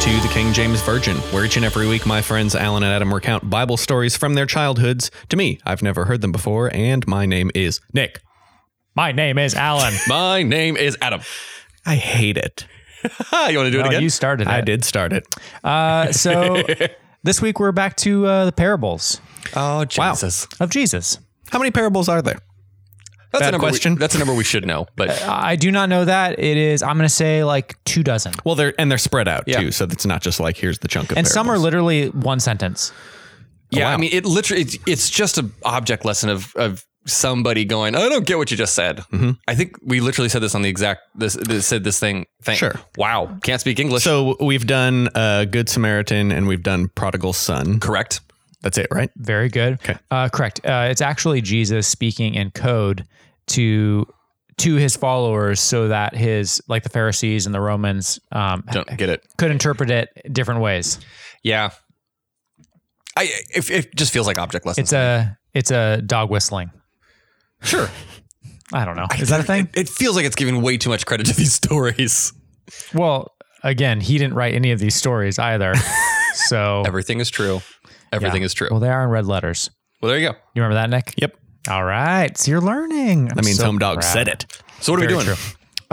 to the King James Virgin, where each and every week my friends Alan and Adam recount Bible stories from their childhoods to me. I've never heard them before, and my name is Nick. My name is Alan. My name is Adam. I hate it. you want to do it No, again? Oh, you started I it. did start it. Uh, so this week we're back to uh, the parables Oh, Jesus. of Jesus. How many parables are there? That's Bad a number we- question. that's a number we should know, but oh, I do not know that. It is, I'm going to say like two dozen. Well, they're and they're spread out Yeah. too, so it's not just like here's the chunk of And some are parables. literally one sentence. yeah, wow. I mean, it literally it's, it's just an object lesson of of somebody going, I don't get what you just said. I think we literally said this on the exact this, this said this thing. thing. Sure. Wow, can't speak English. So we've done uh, Good Samaritan and we've done Prodigal Son. correct. That's it, right? Very good. Okay. Uh, correct. Uh, it's actually Jesus speaking in code to to his followers so that his like the Pharisees and the Romans um, Don't get it. could interpret it different ways. Yeah. I if it just feels like object lessons. It's a it's a dog whistling. sure. I don't know. Is that a thing? It feels like it's giving way too much credit to these stories. Well, again, he didn't write any of these stories either. So Everything is true. Everything is true. Well, they are in red letters. Well, there you go. You remember that, Nick? Yep. All right. So you're learning. That means Home Dog said it. So what are we Very doing?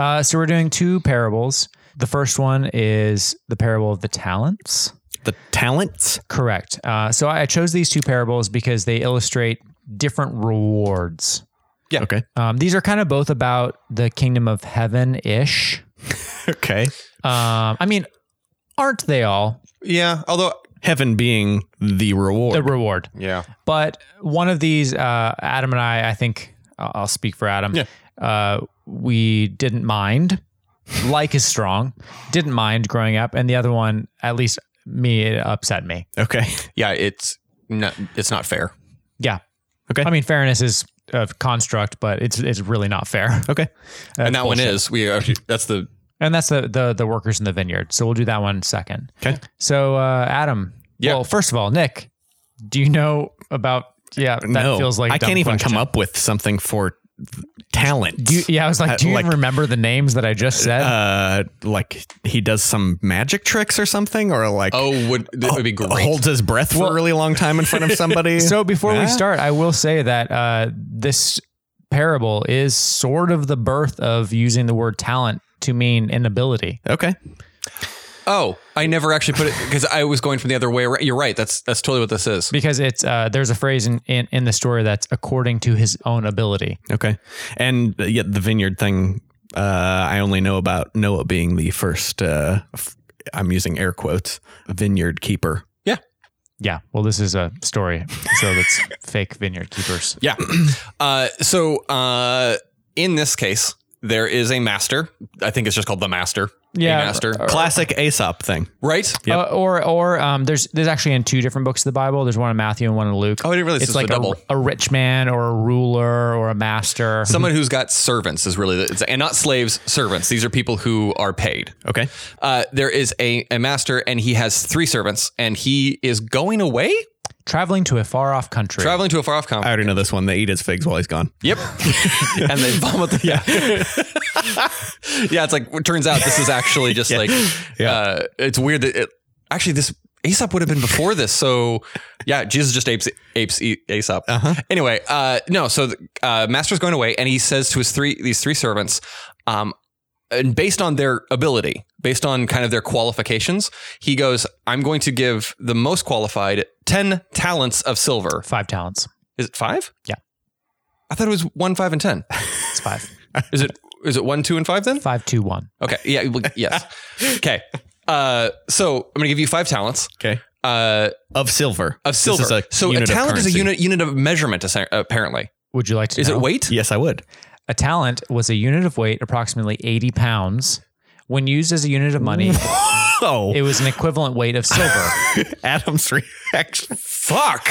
Uh, so we're doing two parables. The first one is the parable of the talents. The talents. Correct. Uh, so I I chose these two parables because they illustrate different rewards. Yeah. Okay. Um, these are kind of both about the kingdom of heaven ish. Okay. Um, I mean, aren't they all Yeah. Although. Heaven being the reward. the reward? Yeah. But one of these, uh, Adam and I, I think I'll I'll speak for Adam. Yeah. Uh, we didn't mind. like is strong. Didn't mind growing up, and the other one, at least me, it upset me. okay. Yeah. It's not. It's not fair. Yeah. Okay. I mean, fairness is a construct, but it's it's really not fair. Okay. and that one is we. Are, that's the And that's the, the the workers in the vineyard. So we'll do that one second. Okay. So uh, Adam. Yeah. Well, first of all, Nick, do you know about? Yeah, that no. feels like a I dumb can't even question. come up with something for th- talent. Do you, yeah, I was like, do you Uh, like- even remember the names that I just said? uh, like he does some magic tricks or something, or like Oh, would that would be great. holds his breath for a really long time in front of somebody. So before Yeah. we start, I will say that uh, this parable is sort of the birth of using the word talent to mean inability. okay. Oh, I never actually put it because I was going from the other way. around. You're right. That's that's totally what this is. Because it's uh, there's a phrase in, in, in the story that's according to his own ability. Okay. And uh, yet the vineyard thing, uh, I only know about Noah being the first, uh, f- I'm using air quotes, vineyard keeper. Yeah. Well, this is a story, so that's fake vineyard keepers. Yeah. Uh, so uh, in this case, there is a master. I think it's just called the master. Yeah. A master. Classic Aesop thing. Right. Yep. Uh, or or um, there's there's actually in two different books of the Bible. There's one in Matthew and one in Luke. Oh, I didn't realize it's this was like a a, double. a rich man or a ruler or a master. Someone who's got servants is really, the, it's- and not slaves, servants. These are people who are paid. Okay. Uh, there is a, a master, and he has three servants, and he is going away, traveling to a far off country. traveling to a far off I country. already know this one. They eat his figs while he's gone. Yep. and they vomit. The, yeah. yeah. It's like, it turns out this is actually just like, Yeah. uh, it's weird that it, actually this Aesop would have been before this. So yeah, Jesus just apes, apes E- Aesop. Uh-huh. Anyway, uh, no. So the, uh, master's going away and he says to his three, these three servants, um, and based on their ability, based on kind of their qualifications, he goes, I'm going to give the most qualified 10 talents of silver. Five talents. Is it five? Yeah. I thought it was one, five, and 10. It's five. Is it is it one, two, and five then? five, two, one. Okay. Yeah. well, yes. okay. Uh, so I'm gonna give you five talents. Okay. Uh, Of silver. of This silver. is a so unit a of talent is a currency. unit unit of measurement. assa- Apparently, Would you like to is know? it weight? Yes, I would. A talent was a unit of weight, approximately 80 pounds. When used as a unit of money, Oh, it was an equivalent weight of silver. Adam's reaction. Fuck.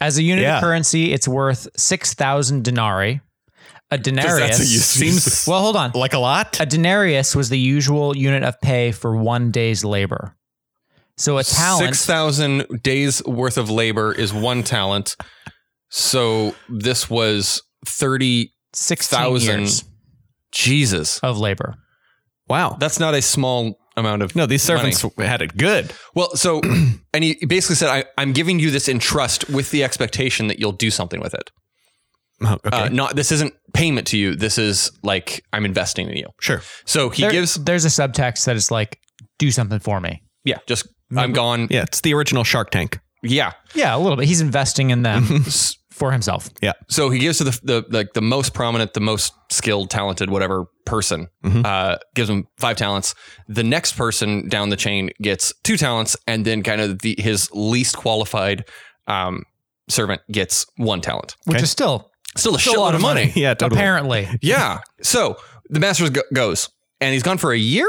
As a unit Yeah. of currency, it's worth 6,000 denarii. A denarius. that's a use- Seems well, hold on. like a lot. A denarius was the usual unit of pay for one day's labor. So a talent. Six thousand days worth of labor is one talent. So this was thirty. 16 thousand. years Jesus, of labor. Wow. that's not a small amount of No, these servants had it good. Well, so and he basically said, I, "I'm giving you this in trust with the expectation that you'll do something with it. Oh, okay. Uh, not this isn't payment to you. This is like I'm investing in you." sure. So he There- gives, there's a subtext that it's like, do something for me. yeah, Mm-hmm. just I'm gone. Yeah, it's the original Shark Tank. Yeah. Yeah, a little bit. He's investing in them Mm-hmm. for himself. So he gives to the the like the most prominent, the most skilled, talented, whatever person. Uh, gives him five talents. The next person down the chain gets two talents, and then kind of the, his least qualified um, servant gets one talent. Which Okay. is still Still a Still shitload of money. Yeah, totally. apparently. Yeah. So the Masters go- goes, and he's gone for a year.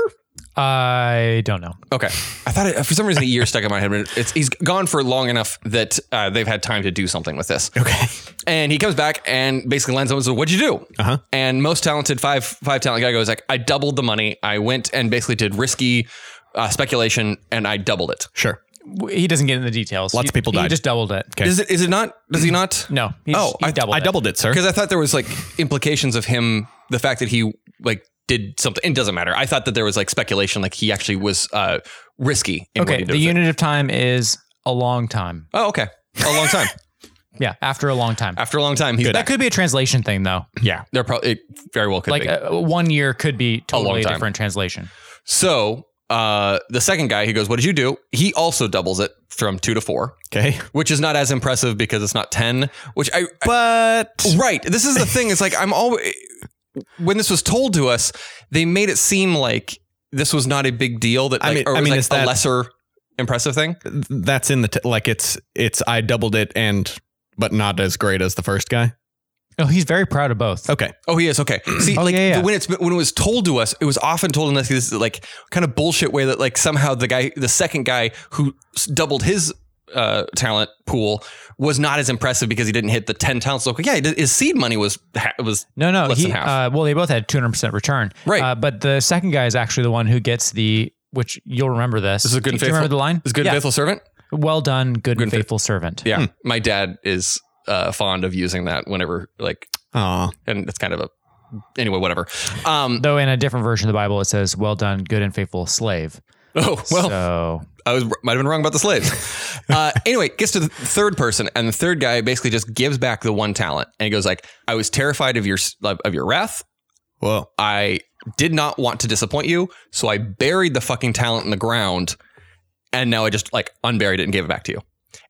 I don't know. Okay, I thought it, for some reason a year stuck in my head, but it's he's gone for long enough that uh, they've had time to do something with this. Okay. And he comes back and basically lands on. So what'd you do? Uh-huh. And most talented five five talent guy goes like, I doubled the money. I went and basically did risky uh, speculation, and I doubled it. Sure. W- He doesn't get into the details. Lots He- of people He died. just doubled it. Okay. Is it is it not? Does he not? No. He Oh, just- he I- doubled I it. doubled it, sir. Because I thought there was like implications of him, the fact that he like did something. It doesn't matter. I thought that there was like speculation, like he actually was uh, risky. In what Okay. he did The with it. unit of time is a long time. Oh, okay. A long time. Yeah. After a long time. Mm. After a long time, he's That back. could be a translation thing, though. yeah, there probably it very well could like be. uh, one year could be totally time. different translation. so uh, the second guy, he goes, "What did you do?" He also doubles it from two to four, okay. which is not as impressive because it's not ten. Which I, I- But right. This is the thing. It's like I'm always when this was told to us, they made it seem like this was not a big deal. That I like, mean- or it I was mean, like is a that- lesser impressive thing. that's in the t- like it's it's I doubled it and but not as great as the first guy. Oh, he's very proud of both. Okay. Oh, he is okay. See, Oh, like yeah, yeah. the- when it's when it was told to us, it was often told in us this like kind of bullshit way that like somehow the guy, the second guy who s- doubled his uh, talent pool was not as impressive because he didn't hit the ten talents. So, Like, yeah, his seed money was ha- was No, no. Less he, than half. Uh, well, they both had 200% return. Right. Uh, but the second guy is actually the one who gets the, which you'll remember this. This is a good Do and you remember faithful- the line? is good yeah. and faithful servant. Hmm. Well done, good, and and faith- faithful servant. Yeah, my dad is uh, fond of using that whenever like, Aw. and it's kind of a anyway, whatever. Um, Though in a different version of the Bible, it says, well done, good and faithful slave. oh well, so, I was might have been wrong about the slaves. uh, anyway, gets to the third person, and the third guy basically just gives back the one talent, and he goes like, "I was terrified of your of your wrath. Well, I did not want to disappoint you, so I buried the fucking talent in the ground, and now I just like unburied it and gave it back to you."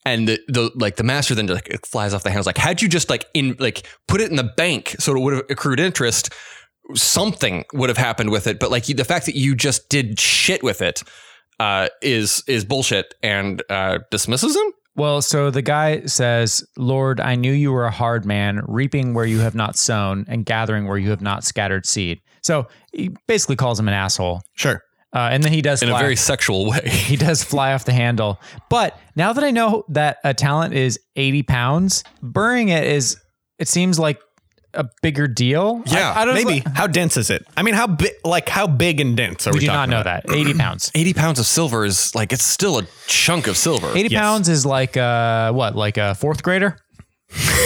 And the, the like the master then like it flies off the hands like, "Had you just like in like put it in the bank so it would have accrued interest." Something would have happened with it, but like you, the fact that you just did shit with it uh, is is bullshit and uh, dismisses him. well, so the guy says, Lord, I knew you were a hard man, reaping where you have not sown and gathering where you have not scattered seed. So he basically calls him an asshole. sure. Uh, and then he does in a fly- very sexual way. he does fly off the handle. But now that I know that a talent is 80 pounds, burying it is, it seems like a bigger deal. Yeah, I, I don't Maybe how dense is it? I mean, how big? Like how big and dense are We we? do not talking know about? that. 80 pounds. 80 pounds of silver is like, it's still a chunk of silver. 80 Yes. pounds is like uh what, like a fourth grader? I,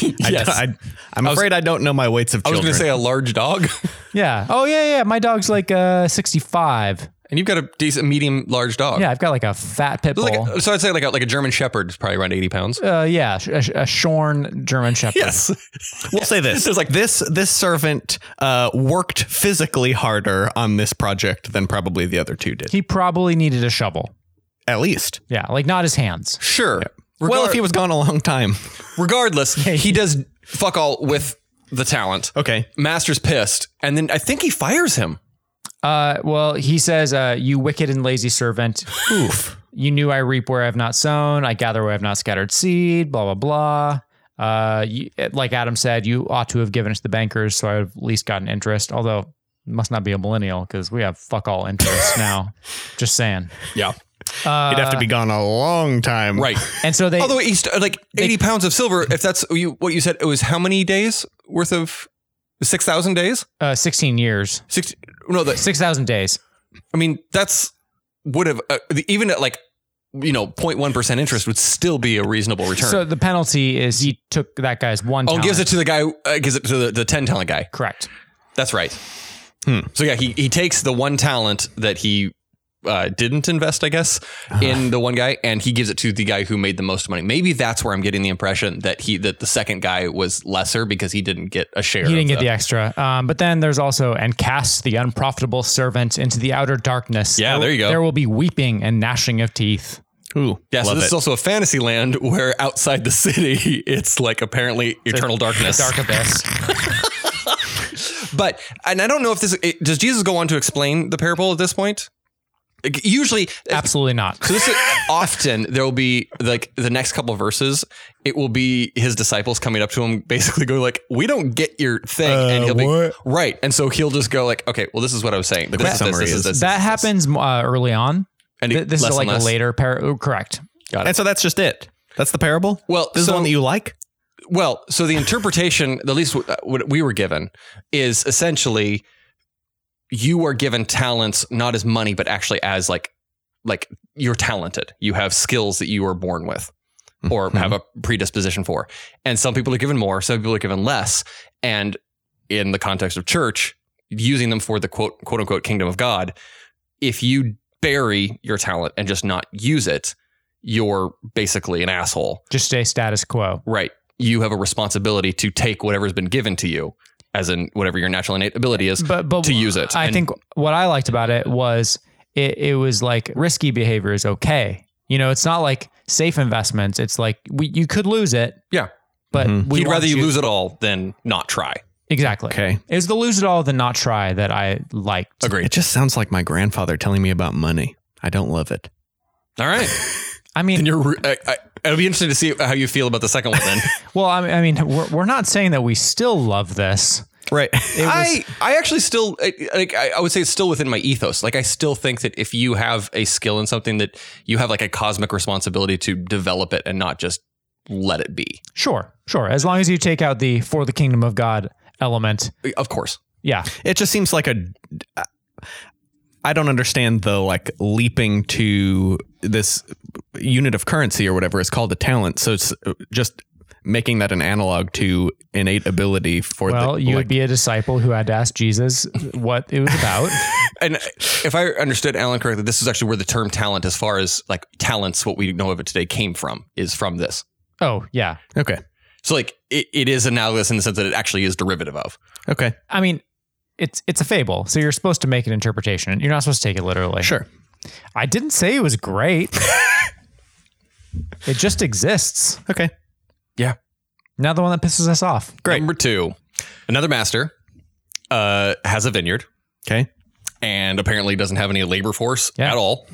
Yes. I, am afraid I don't know my weights of I was children. going to say a large dog. Yeah. Oh yeah, yeah. My dog's like uh 65. and you've got a decent, medium, large dog. Yeah, I've got like a fat pit bull. Like, so I'd say like a, like a German Shepherd is probably around 80 pounds. uh, yeah, sh- a, sh- a shorn German Shepherd. we'll say this: There's like- this this servant uh, worked physically harder on this project than probably the other two did, He probably needed a shovel. at least. Yeah, like not his hands. Sure. well, if he was gone a long time, regardless, he does fuck all with the talent. okay. Master's pissed. And then I think he fires him. Uh, well, he says, uh, "You wicked and lazy servant! Oof! You knew I reap where I have not sown, I gather where I have not scattered seed. Blah blah blah. Uh, you, like Adam said, you ought to have given it to the bankers, so I would have at least gotten interest. Although must not be a millennial because we have fuck all interest now. Just saying. Yeah. He'd have to be gone a long time, Uh, Right. Uh, And so they Although he st- like 80 pounds of silver, if that's you, what you said, it was how many days worth of 6,000 days? uh, sixteen years, 60, no, the, six thousand days. I mean, that's would have uh, the- even at like you know 0.1 percent interest would still be a reasonable return. So the penalty is he took that guy's one. oh, talent. gives it to the guy, uh, gives it to the, the 10 talent guy. correct. That's right. Hmm. So yeah, he he takes the one talent that he uh, didn't invest, I guess, in the one guy, and he gives it to the guy who made the most money. Maybe that's where I'm getting the impression that he that the second guy was lesser because he didn't get a share. He didn't of get the extra. Um, but then there's also, and cast the unprofitable servant into the outer darkness. Yeah, there you go. There will be weeping and gnashing of teeth. Ooh, Yeah, so love this it. is also a fantasy land where outside the city, it's like apparently eternal darkness. Dark abyss. But and I don't know if this it, does Jesus go on to explain the parable at this point. Like, Usually, Absolutely not. so this is, often there will be like the next couple of verses. It will be his disciples coming up to him, basically going like, "We don't get your thing," and he'll Uh, what? be right, and so he'll just go like, "Okay, well, this is what I was saying. The Quick this, this, summary this, is- this, this, that this, this." happens uh, early on. And he- Th- this less is like and less. a later par- oh, correct. and so that's just it. That's the parable. Well, this is the so- one that you like. Well, so the interpretation, at least what- what we were given, is essentially you are given talents not as money, but actually as like like you're talented. You have skills that you were born with or have a predisposition for. And some people are given more, some people are given less. And in the context of church, using them for the quote quote unquote kingdom of God, if you bury your talent and just not use it, you're basically an asshole. Just stay status quo. Right. You have a responsibility to take whatever's been given to you, as in whatever your natural innate ability is. But but to use it. I And- think what I liked about it was it, it was like risky behavior is okay. You know, it's not like safe investments. It's like we you could lose it. Yeah. Mm-hmm. But Mhm. we He'd rather you lose. lose it all than not try. Exactly. Okay. It was the lose it all, the not try that I liked. Agreed. It just sounds like my grandfather telling me about money. I don't love it. All right. I and mean, you're. re- I, I, it'll be interesting to see how you feel about the second one. Then well, I mean, I mean we're, we're not saying that we still love this. Right. I I actually still I- like I, I would say it's still within my ethos. Like I still think that if you have a skill in something that you have like a cosmic responsibility to develop it and not just let it be. Sure, sure. As long as you take out the for the kingdom of God element. Of course. Yeah. It just seems like a. I don't understand the like leaping to this unit of currency or whatever is called a talent. So it's uh, just making that an analog to innate ability for Well, the. you like- would be a disciple who had to ask Jesus what it was about. And uh, if I understood Alan correctly, this is actually where the term talent, as far as like talents, what we know of it today, came from, is from this. oh, yeah. okay. So like it, it is analogous in the sense that it actually is derivative of. Okay. I mean, it's it's a fable, so you're supposed to make an interpretation. You're not supposed to take it literally. Sure. I didn't say it was great. it just exists. Okay. Now the one that pisses us off. Great. Number two, another master uh, has a vineyard Okay. and apparently doesn't have any labor force Yeah. at all.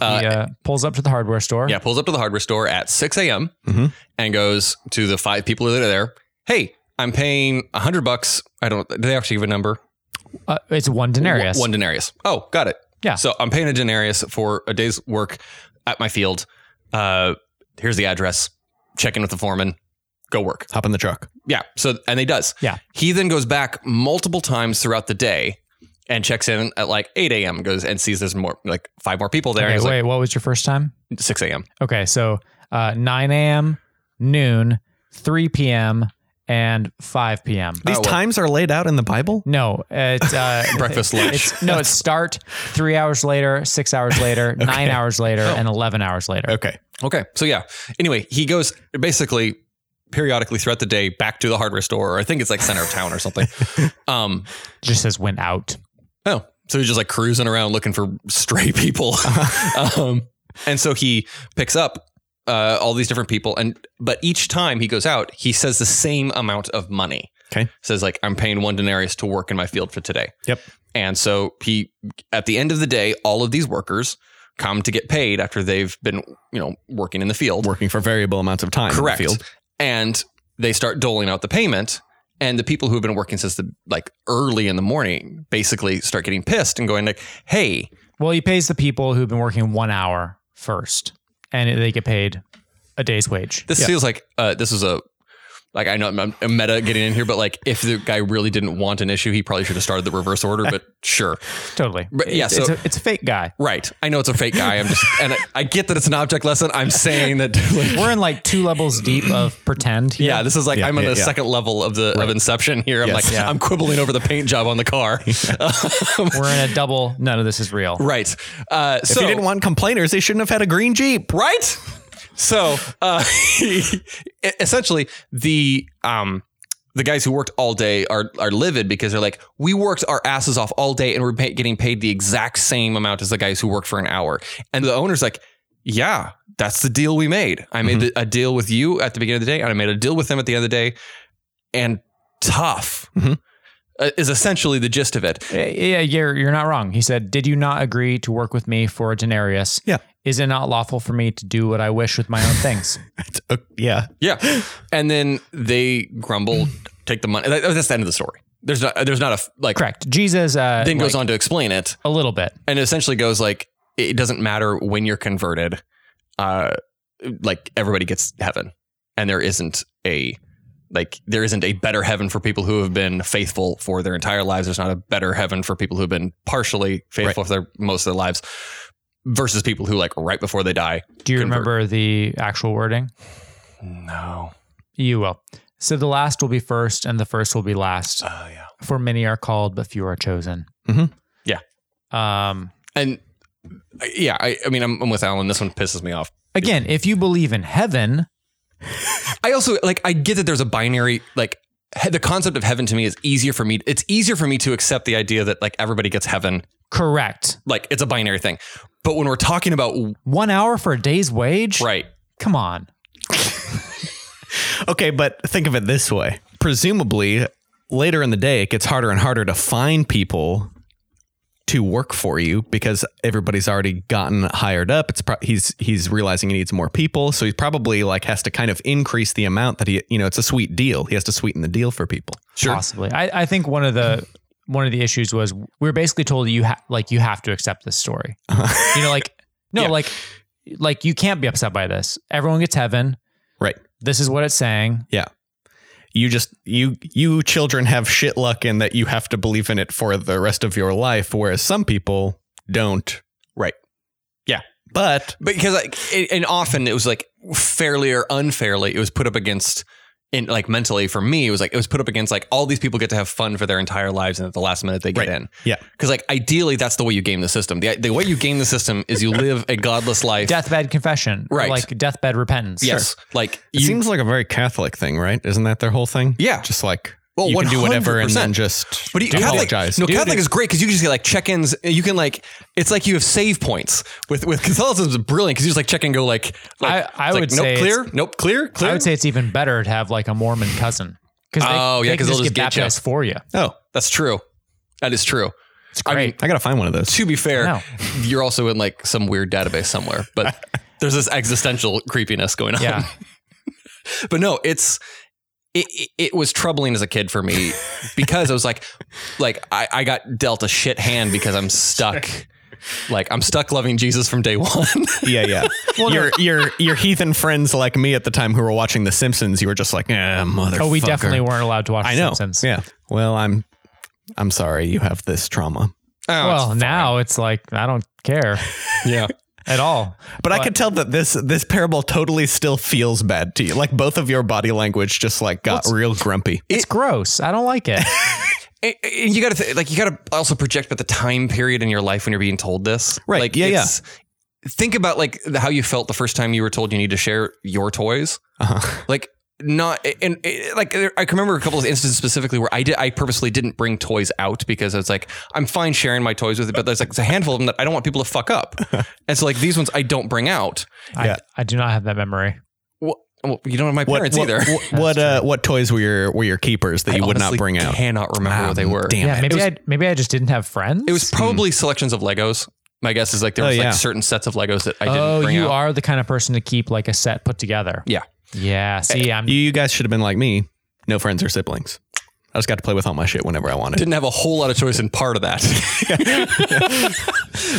Uh, he uh, pulls up to the hardware store. Mm-hmm. Yeah, pulls up to the hardware store at 6 a.m. Mhm. and goes to the five people that are there. Hey, I'm paying 100 bucks. I don't, do they actually give a number? Uh, it's one denarius. One, one denarius. Oh, got it. Yeah. So I'm paying a denarius for a day's work at my field. Uh, here's the address. Check in with the foreman. Go work. Hop in the truck. Yeah. So and he does. Yeah. He then goes back multiple times throughout the day and checks in at like 8 a.m. Goes and sees there's more like five more people there. Okay, He's wait, what was your first time? like 6 a.m. Okay, so uh, 9 a.m., noon, 3 p.m., and 5 p.m. These well. times are laid out in the Bible. No, it's uh, Breakfast, lunch. It's, no, it's start three hours later, six hours later, nine hours later, and Oh. 11 hours later. Okay. Okay. So yeah. Anyway, he goes basically periodically throughout the day back to the hardware store, or I think it's like center of town or something. Um, Just says went out. Oh, so he's just like cruising around looking for stray people. um, and so he picks up uh, all these different people, and but each time he goes out, he says the same amount of money. Okay. says like I'm paying one denarius to work in my field for today. Yep. And so he, at the end of the day, all of these workers come to get paid after they've been you know working in the field. Working for variable amounts of time. in the Correct. field. And they start doling out the payment. And the people who have been working since the like early in the morning basically start getting pissed and going like, "Hey, Well, he pays the people who've been working one hour first, and they get paid a day's wage. this feels like uh, this is a like I know I'm, I'm meta getting in here, but like if the guy really didn't want an issue, he probably should have started the reverse order. But sure, Totally. But, yeah, It's- so- it's, a, it's a fake guy. right? I know it's a fake guy. I'm just, and I, I get that it's an object lesson. I'm saying that, like, We're in like two levels deep of pretend. here. yeah, this is like Yeah, I'm on yeah, the yeah. second level of the of Inception here. I'm Yes. like Yeah. I'm quibbling over the paint job on the car. We're in a double. None of this is real. right. Uh, If so he didn't want complainers, he shouldn't have had a green Jeep. right? So uh, essentially, the um, the guys who worked all day are are livid because they're like, we worked our asses off all day and we're pay- getting paid the exact same amount as the guys who worked for an hour. And the owner's like, yeah, that's the deal we made. I made the, a deal with you at the beginning of the day, and I made a deal with them at the end of the day. And tough Mhm. uh, is essentially the gist of it. Uh, Yeah, you're you're not wrong. He said, "Did you not agree to work with me for a denarius? Yeah. Is it not lawful for me to do what I wish with my own things? It's- uh, yeah. Yeah, and then they grumble, take the money. That- That's the end of the story. There's not. There's not a f- like. Correct. Jesus uh, then goes like, on to explain it a little bit. and essentially goes like it doesn't matter when you're converted uh like everybody gets heaven and there isn't a like there isn't a better heaven for people who have been faithful for their entire lives there's not a better heaven for people who've been partially faithful for their most of their lives versus people who like right before they die Do you Convert. remember the actual wording? no You will. So the last will be first, and the first will be last. oh yeah For many are called, but few are chosen. Mhm. Mm-hmm. Yeah. Um. and I- yeah i, I mean I'm, I'm with alan this one pisses me off Again, if you believe in heaven, I also like I get that there's a binary like he- the concept of heaven to me is easier for me. It's easier for me to accept the idea that like everybody gets heaven, correct. like it's a binary thing. But when we're talking about One hour for a day's wage. right, Come on. Okay, but think of it this way. Presumably, later in the day, it gets harder and harder to find people to work for you because everybody's already gotten hired up. It's pro- he's he's realizing he needs more people, so he probably like has to kind of increase the amount that he you know it's a sweet deal. He has to sweeten the deal for people. sure, possibly. I, I think one of the one of the issues was we were basically told you ha- like you have to accept this story. You know, like no, Yeah. like like you can't be upset by this. Everyone gets heaven. Right. This is what it's saying. You just you you children have shit luck in that you have to believe in it for the rest of your life, whereas some people don't. Right. Yeah. But because like it, and often it was like fairly or unfairly it was put up against in like mentally for me it was like it was put up against like all these people get to have fun for their entire lives and at the last minute they get Right. in Yeah. because like ideally that's the way you game the system the, the way you game the system is you live a godless life Deathbed confession. or, Right. Like deathbed repentance. yes like It seems like a very Catholic thing, right? Isn't that their whole thing? Yeah. Just like Well, you can do whatever and 100%. then just But you, Catholic, apologize. no, Dude, Catholic it- is great because you can just get like check-ins. You can like, it's like you have save points with with Catholicism is brilliant because you just like check and go like, like I- I it's would like, nope, say clear, nope, clear, clear. I would say it's even better to have like a Mormon cousin. Cause they, Oh, yeah, they can 'cause they'll just get get you. baptized for you. Oh, that's true. That is true. It's I mean, great. I gotta find one of those. To be know. fair, you're also in like some weird database somewhere, but there's this existential creepiness going on. Yeah. but no, it's it, it, it was troubling as a kid for me because I was like, like I, I got dealt a shit hand because I'm stuck. Like I'm stuck loving Jesus from day one. Yeah, yeah. your your your heathen friends like me at the time who were watching The Simpsons, you were just like, eh, mother. oh, we definitely weren't allowed to watch I The know. Simpsons. Yeah. Well, I'm I'm sorry you have this trauma, Oh, Well, now it's like I don't care yeah. at all. but I could tell that this this parable totally still feels bad to you. Like both of your body language just like got real grumpy. It's gross. I don't like it. And- and you got to th- like you got to also project about the time period in your life when you're being told this. Right. Like Yeah, yeah. it's- Think about like the- how you felt the first time you were told you need to share your toys. Uh-huh. Like not and, and like there- I can remember a couple of instances specifically where I did I purposely didn't bring toys out because it's like I'm fine sharing my toys with it, but there's like it's a handful of them that I don't want people to fuck up. and so like these ones I don't bring out. Yeah. I, I do not have that memory. Well, well, you don't have my parents what, either. What what, uh, what toys were your were your keepers that you I would not honestly bring out? Cannot remember what they Ah, Um, were. damn Yeah, it. maybe I maybe I just didn't have friends. It was probably selections of Legos. My guess is like there Oh, was yeah. like certain sets of Legos that I didn't oh, bring you out. are the kind of person to keep like a set put together. Yeah. Yeah. See, I'm. You, you guys should have been like me. No friends or siblings. I just got to play with all my shit whenever I wanted. Didn't have a whole lot of choice in part of that.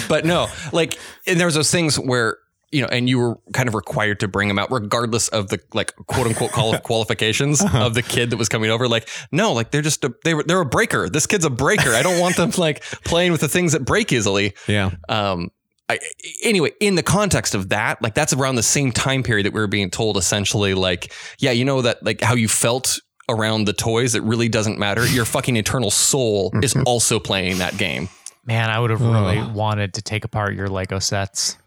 but no, like and there was those things where you know, and you were kind of required to bring him out, regardless of the like quote unquote qual- qualifications Uh-huh. of the kid that was coming over. Like, no, like they're just a, they were they're a breaker. This kid's a breaker. I don't want them like playing with the things that break easily. Yeah. Um, I, anyway, in the context of that, like that's around the same time period that we were being told essentially, like, yeah, you know that like how you felt around the toys, it really doesn't matter. Your fucking internal soul is also playing that game. Man, I would have really wanted to take apart your Lego sets.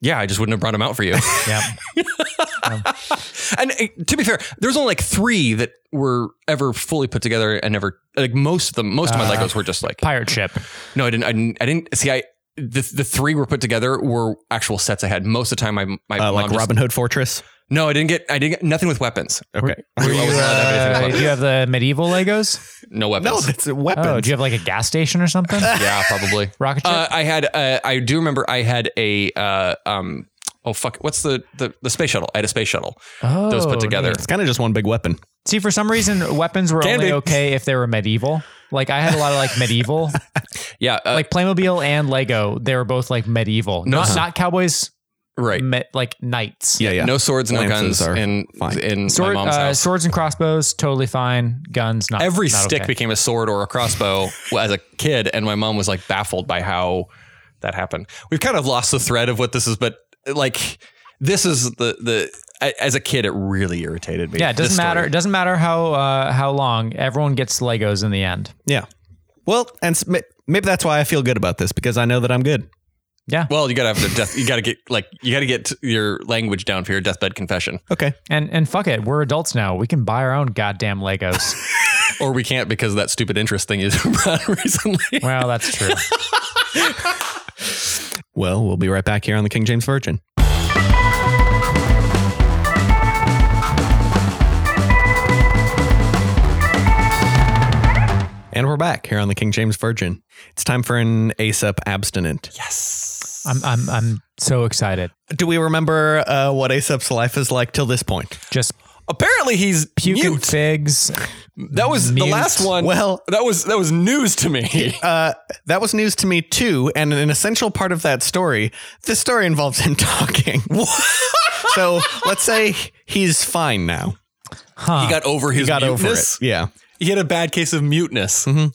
Yeah, I just wouldn't have brought them out for you. Yep. and uh, to be fair, there's only like three that were ever fully put together and never like most of them. Most of my Uh, Legos were just like Pirate ship. no, I didn't. I didn't. I didn't see. I the, the three were put together were actual sets I had. Most of the time, my my Uh, mom like just- Robin Hood Fortress. No, I didn't get. I didn't get nothing with weapons. Okay. Were you, I wasn't allowed to have anything with uh, do weapons. you have the medieval Legos? No weapons. Uh, that's a Oh, do you have like a gas station or something? yeah, probably. Rocket ship? Uh, I had. Uh, I do remember. I had a. Uh, um. Oh fuck! What's the, the the space shuttle? I had a space shuttle oh, that was uh, put together. it's kind of just one big weapon. See, for some reason, weapons were Can only be. okay if they were medieval. Like I had a lot of like medieval, Yeah. Uh, like Playmobil and Lego. They were both like medieval, No, not, uh-huh. not cowboys, right. me- like knights. Yeah, yeah. No swords, no Lances guns, are in fine. in Sword, my mom's uh, house. swords and crossbows, totally fine. Guns, not Every not stick okay. became a sword or a crossbow as a kid, and my mom was like baffled by how that happened. We've kind of lost the thread of what this is, but like this is the the a- as a kid, it really irritated me. yeah, it This doesn't story. matter. It doesn't matter how uh, how long. Everyone gets Legos in the end. Yeah. Well, and s- may- maybe that's why I feel good about this because I know that I'm good. Yeah, Well, you gotta have the death. You gotta get like you gotta get your language down for your deathbed confession, Okay. and and fuck it, we're adults now. We can buy our own goddamn Legos. or we can't because of that stupid interest thing you brought recently. well, that's true. Well, we'll be right back here on the King James Virgin. And we're back here on the King James Virgin. It's time for an ASAP abstinent. Yes. I'm I'm I'm so excited. Do we remember uh, what ASAP's life is like till this point? Just Apparently, he's puking mute. figs. That was Mute. the last one. Well- that was that was news to me. Uh, that was news to me too, and an essential part of that story. This story involves him talking. so let's say he's fine now. Huh. He got over his He got over it. Mm-hmm. muteness. Yeah. He had a bad case of muteness. I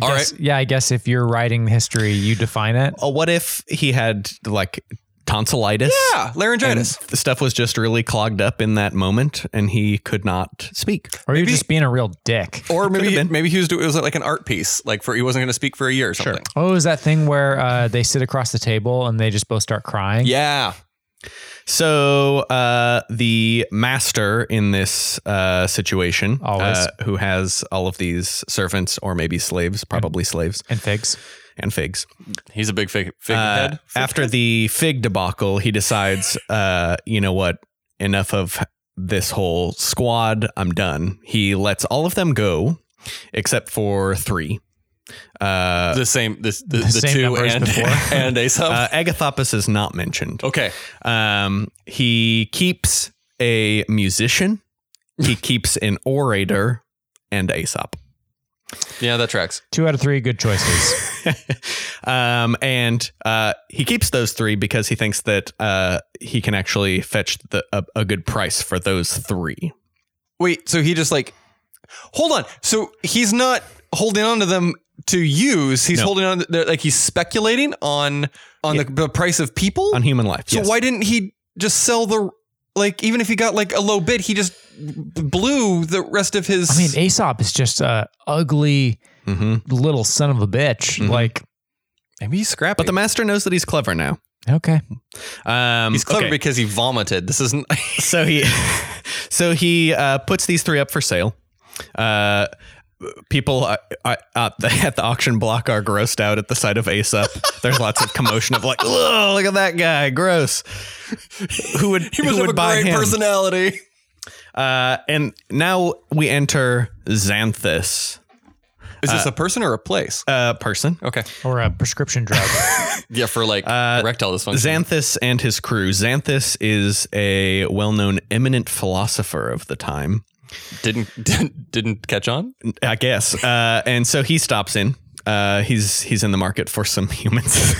All guess yeah, I guess if you're writing history, you define it. Uh, what if he had like tonsillitis? Yeah, laryngitis. The stuff was just really clogged up in that moment, and he could not speak. Or you're just being a real dick. or could've maybe been. maybe he was doing it was like an art piece. Like for he wasn't going to speak for a year or something. Oh, is that thing where uh, they sit across the table and they just both start crying? Yeah. So uh, the master in this uh, situation, Always. uh, who has all of these servants or maybe slaves, probably slaves And figs. and figs. He's a big fig, fig Uh, head. after the fig debacle, he decides, uh, you know what? Enough of this whole squad. I'm done. He lets all of them go, except for three. Uh, The same this the, the, same two numbers and before. and Aesop. uh, Agathopis is not mentioned. okay. Um, he keeps a musician. He keeps an orator and Aesop. Yeah, that tracks. Two out of three good choices. um, and uh, he keeps those three because he thinks that uh, he can actually fetch the, a, a good price for those three. Wait, so he just like Hold on. So he's not holding on to them to use. He's No. holding on to, they're- like he's speculating on on the, the price of people. on human life. So yes. why didn't he just sell the like even if he got like a low bid, he just b- blew the rest of his I mean, Aesop is just a ugly Mhm. little son of a bitch. Mhm. Like, maybe he's scrappy. But the master knows that he's clever now. okay. Um, he's clever okay, because he vomited. This isn't so he, so he uh, puts these three up for sale. Uh, people uh, uh, at the- at the auction block are grossed out at the sight of Aesop. There's lots of commotion of like, oh, look at that guy, gross. Who would he was who would a buy great him? personality. Uh, and now we enter Xanthus Is this a person or a place? uh, person. Okay. Or a prescription drug. Yeah, for like erectile dysfunction. Xanthus and his crew. Xanthus is a well-known eminent philosopher of the time, didn't, didn't didn't catch on. I guess. Uh, and so he stops in. Uh, he's he's in the market for some humans.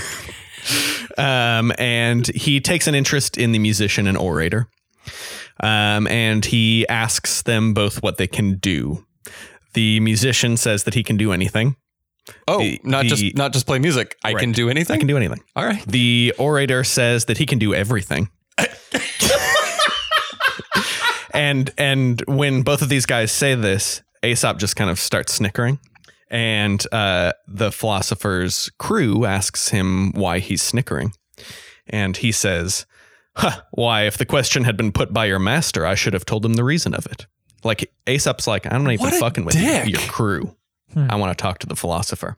Um, and he takes an interest in the musician and orator. Um, and he asks them both what they can do. The musician says that he can do anything. Oh, The- not the- just not just play music. I Right. can do anything. I can do anything. All right. The orator says that he can do everything. and and when both of these guys say this, Aesop just kind of starts snickering. And uh, the philosopher's crew asks him why he's snickering. And he says, huh, Why, if the question had been put by your master, I should have told him the reason of it. Like, Aesop's like, I'm not even What a fucking with you, dick. your crew. Hmm. I want to talk to the philosopher.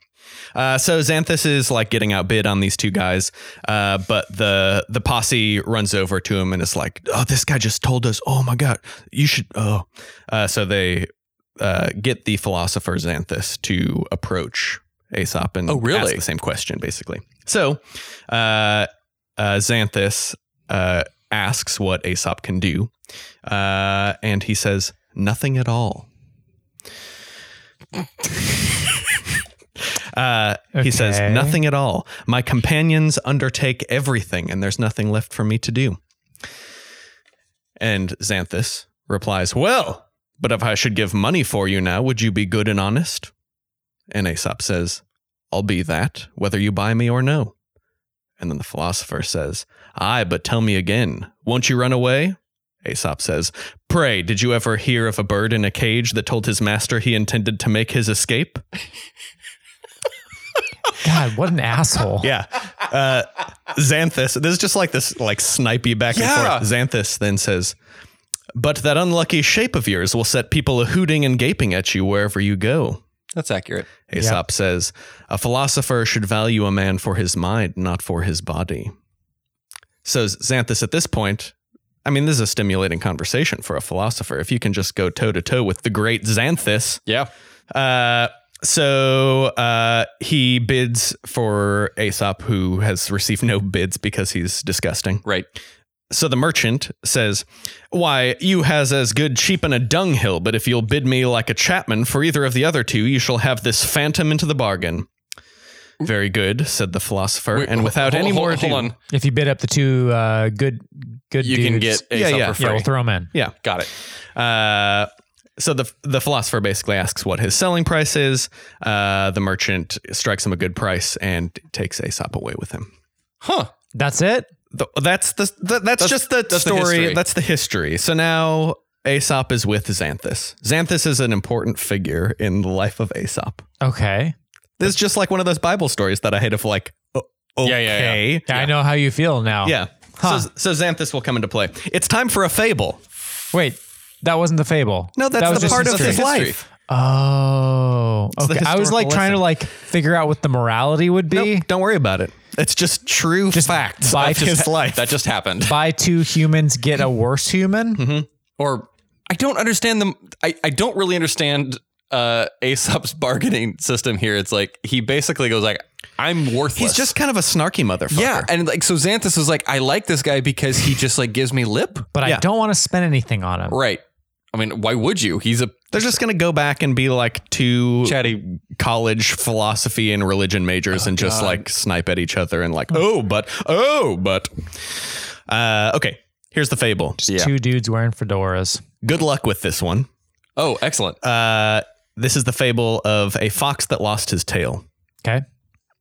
Uh, so Xanthus is like getting outbid on these two guys, uh, but the the posse runs over to him and is like, "Oh, this guy just told us. Oh my god, you should." Oh, uh, so they uh, get the philosopher Xanthus to approach Aesop and Oh, really? ask the same question, basically. So uh, uh, Xanthus uh, asks what Aesop can do, uh, and he says nothing at all. Uh, He says Okay. nothing at all. My companions undertake everything, and there's nothing left for me to do. And Xanthus replies, "Well, but if I should give money for you now, would you be good and honest?" And Aesop says, "I'll be that, whether you buy me or no." And then the philosopher says, "Aye, but tell me again. Won't you run away?" Aesop says, Pray, did you ever hear of a bird in a cage that told his master he intended to make his escape? God, what an asshole. Yeah. Uh, Xanthus, there's just like this like snipey back and Yeah. forth. Xanthus then says, But that unlucky shape of yours will set people a hooting and gaping at you wherever you go. That's accurate. Aesop says, A philosopher should value a man for his mind, not for his body. So Xanthus at this point, I mean, this is a stimulating conversation for a philosopher. If you can just go toe to toe with the great Xanthus, Yeah. uh, so uh, he bids for Aesop, who has received no bids because he's disgusting. Right. So the merchant says, Why, you has as good cheap in a dunghill, but if you'll bid me like a chapman for either of the other two, you shall have this phantom into the bargain. Very good, said the philosopher, Wait, and without hold- any hold- more ado. Hold on. If you bid up the two uh, good good You dudes, can get Yeah, Aesop yeah, for free. yeah, we'll throw them in. Yeah. Got it. Uh, so the the philosopher basically asks what his selling price is. Uh, the merchant strikes him a good price and takes Aesop away with him. Huh. That's it. Th- that's the th- that's, That's- just the that's the story. history. that's the history. So now Aesop is with Xanthus. Xanthus is an important figure in the life of Aesop. Okay. This is just like one of those Bible stories that I hate of like o- okay. Yeah, yeah, Yeah, I know how you feel now. Yeah. Huh. So, so Xanthus will come into play. It's time for a fable. Wait, that wasn't the fable. No, that's That was the just part of history. his History. life. Oh, the okay. I was like historical trying to lesson. like figure out what the morality would be. Nope, don't worry about it. It's just true Just facts buy of two- his life. That just happened. Buy two humans, get a worse human. Mm-hmm. Or I don't understand them. I, I don't really understand uh Aesop's bargaining system here. It's like he basically goes like, I'm worthless. He's just kind of a snarky motherfucker. yeah, and like so Xanthus is like, I like this guy because he just like gives me lip. But I Yeah. don't want to spend anything on him. Right. I mean, why would you? He's a They're just going to go back and be like two chatty. college philosophy and religion majors and just God. like snipe at each other and like, oh, but, oh, but. Uh, okay, here's the fable. Yeah. Two dudes wearing fedoras. Good luck with this one. Oh, excellent. Uh, this is the fable of a fox that lost his tail. Okay.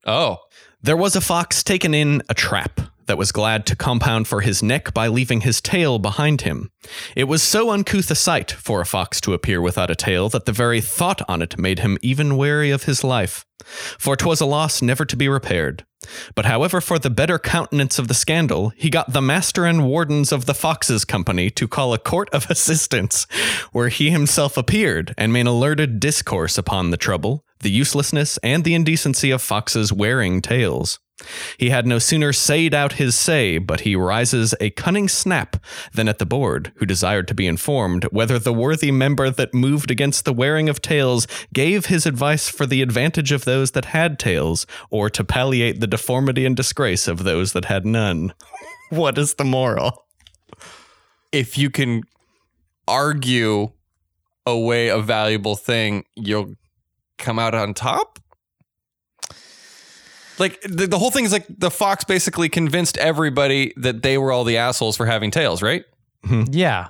Oh, There was a fox taken in a trap that was glad to compound for his neck by leaving his tail behind him. It was so uncouth a sight for a fox to appear without a tail that the very thought on it made him even wary of his life, for 'twas a loss never to be repaired. But however, for the better countenance of the scandal, he got the master and wardens of the foxes company to call a court of assistance, where he himself appeared and made alerted discourse upon the trouble, the uselessness, and the indecency of foxes wearing tails. He had no sooner sayed out his say, but he rises a cunning snap than at the board, who desired to be informed whether the worthy member that moved against the wearing of tails gave his advice for the advantage of those that had tails, or to palliate the deformity and disgrace of those that had none. what is the moral? if you can argue away a valuable thing, you'll come out on top. Like the, the whole thing is like the fox basically convinced everybody that they were all the assholes for having tails, right? Yeah.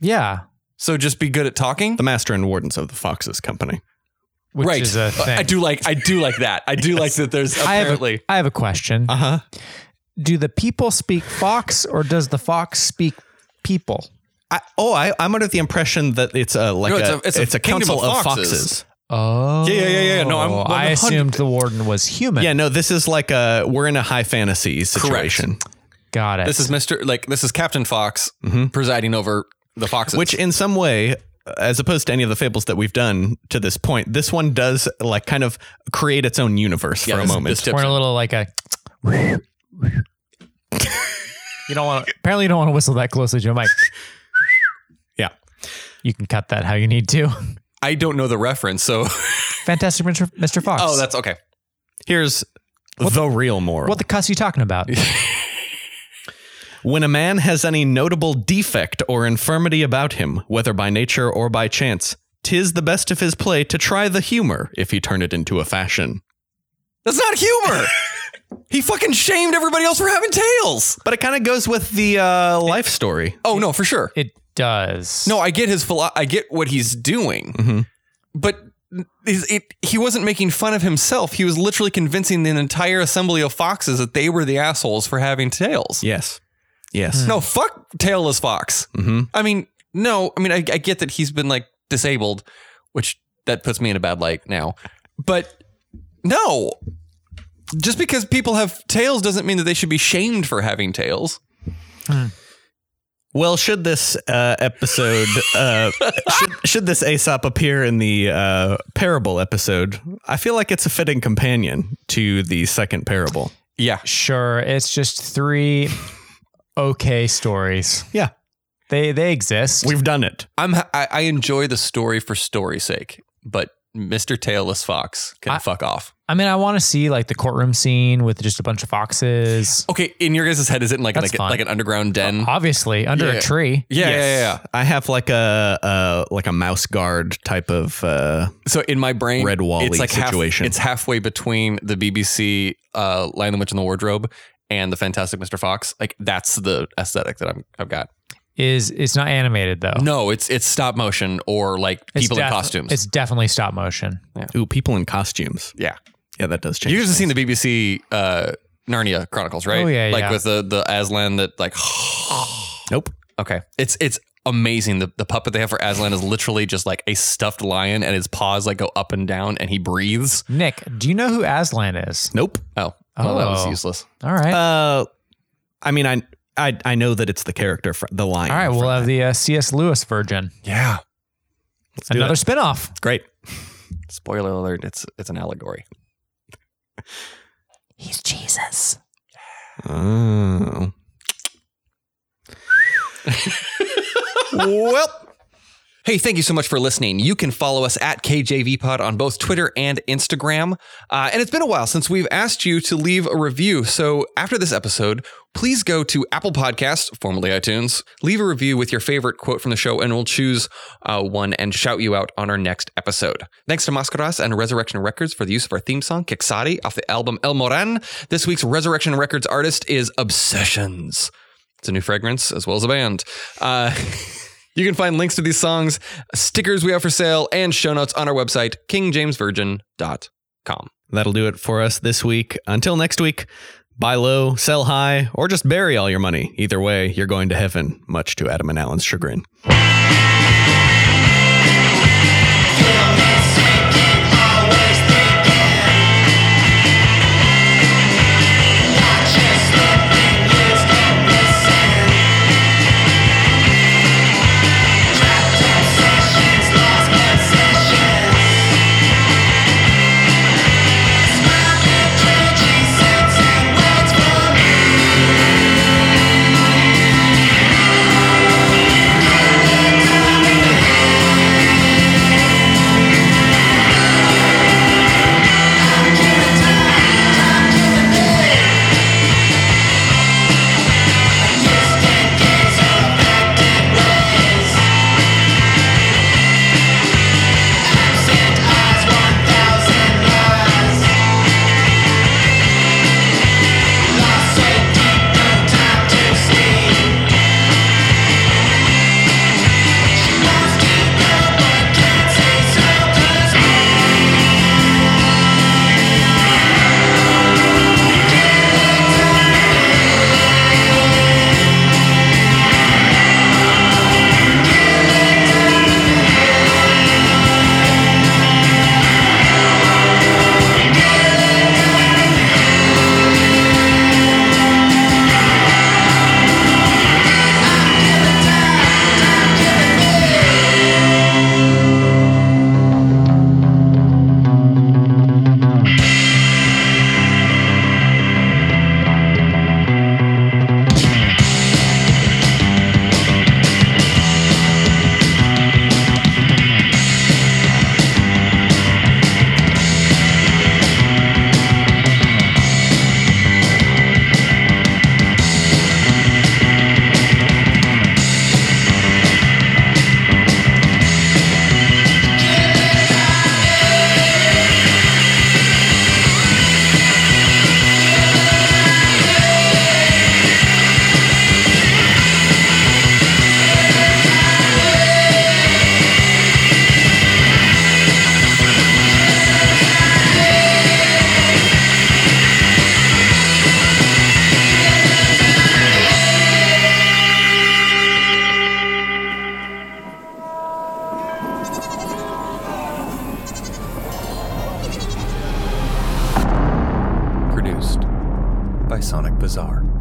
Yeah. So just be good at talking. The master and wardens of the foxes company. Which right. is a But thing. I do like I do like that. I do like that there's I have apparently Uh-huh. a, I have a question. Uh huh. do the people speak fox or does the fox speak people? I, oh, I, I'm under the impression that it's a like No, it's a, a- it's it's a, a kingdom council of of foxes. foxes. Oh. Yeah, yeah, yeah, yeah. No, I'm I 100 assumed the warden was human. Yeah, no, this is like a we're in a high fantasy situation, Got it. this is Mr. like this is Captain Fox presiding over the foxes. which in some way, as opposed to any of the fables that we've done to this point, this one does like kind of create its own universe Yeah, for a this- moment. this tip- We're in a little like a. you don't want. to Apparently, you don't want to whistle that closely to a mic. yeah, You can cut that how you need to. I don't know the reference, so Fantastic, Mr. Mr. Fox. oh, that's okay. here's the real moral. what the cuss you talking about? When a man has any notable defect or infirmity about him, whether by nature or by chance, 'tis the best of his play to try the humor if he turn it into a fashion. That's not humor. he fucking shamed everybody else for having tails. But it kind of goes with the uh, life story. Oh no, for sure. it does. No, I get his philo- I get what he's doing, Mm-hmm. but is it, he wasn't making fun of himself. He was literally convincing the entire assembly of foxes that they were the assholes for having tails. Yes. Yes. No, fuck tailless fox. Mm-hmm. I mean, no, I mean, I, I get that he's been like disabled, which that puts me in a bad light now. But no, just because people have tails doesn't mean that they should be shamed for having tails. Well, should this uh, episode, uh, should, should this Aesop appear in the uh, parable episode, I feel like it's a fitting companion to the second parable. Yeah. sure. It's just three okay stories. Yeah. They they exist. We've done it. I'm I, I enjoy the story for story's sake, but Mr. Tailless Fox can I- fuck off. I mean, I want to see like the courtroom scene with just a bunch of foxes. Okay, in your guys' head, is it in like That's like, a- fine. Uh, like an underground den? Obviously, under a Yeah. tree. yeah, yeah, yeah, yeah. Yes. I have like a uh, like a mouse guard type of. Uh, So in my brain, Red wall-y it's like half- situation. it's halfway between the BBC uh, Lion the Witch and the Wardrobe and the Fantastic Mr. Fox. Like that's the aesthetic that I'm, I've got. Is it's not animated though. No, it's it's stop motion or like Oh. It's people in defi- costumes. It's definitely stop motion. ooh, people in costumes. yeah, Yeah, that does change. you guys have seen the BBC uh, Narnia Chronicles, right? Oh, yeah, like yeah. with the the Aslan that like. Nope. Okay. It's it's amazing. The the puppet they have for Aslan is literally just like a stuffed lion and his paws like go up and down and he breathes. Nick, do you know who Aslan is? Nope. Oh. Well, that was Oh. useless. All right. Uh, I mean, I I I know that it's the character, fr- the lion. All right, from we'll have that. the uh, C.S. Lewis version. Yeah. Let's do Another it. spinoff. Great. Spoiler alert, it's it's an allegory. He's Jesus. Oh. well. Hey, thank you so much for listening. You can follow us at KJVPod on both Twitter and Instagram. Uh, and it's been a while since we've asked you to leave a review. So after this episode, please go to Apple Podcasts, formerly iTunes, leave a review with your favorite quote from the show, and we'll choose uh, one and shout you out on our next episode. Thanks to Mascaras and Resurrection Records for the use of our theme song, Quixari, off the album El Moran. This week's Resurrection Records artist is Obsessions. It's a new fragrance as well as a band. Uh, you can find links to these songs, stickers we have for sale, and show notes on our website, kingjamesvirgin.com. That'll do it for us this week. Until next week, buy low, sell high, or just bury all your money. Either way, you're going to heaven, much to Adam and Alan's chagrin. Thank you by Sonic Bazaar.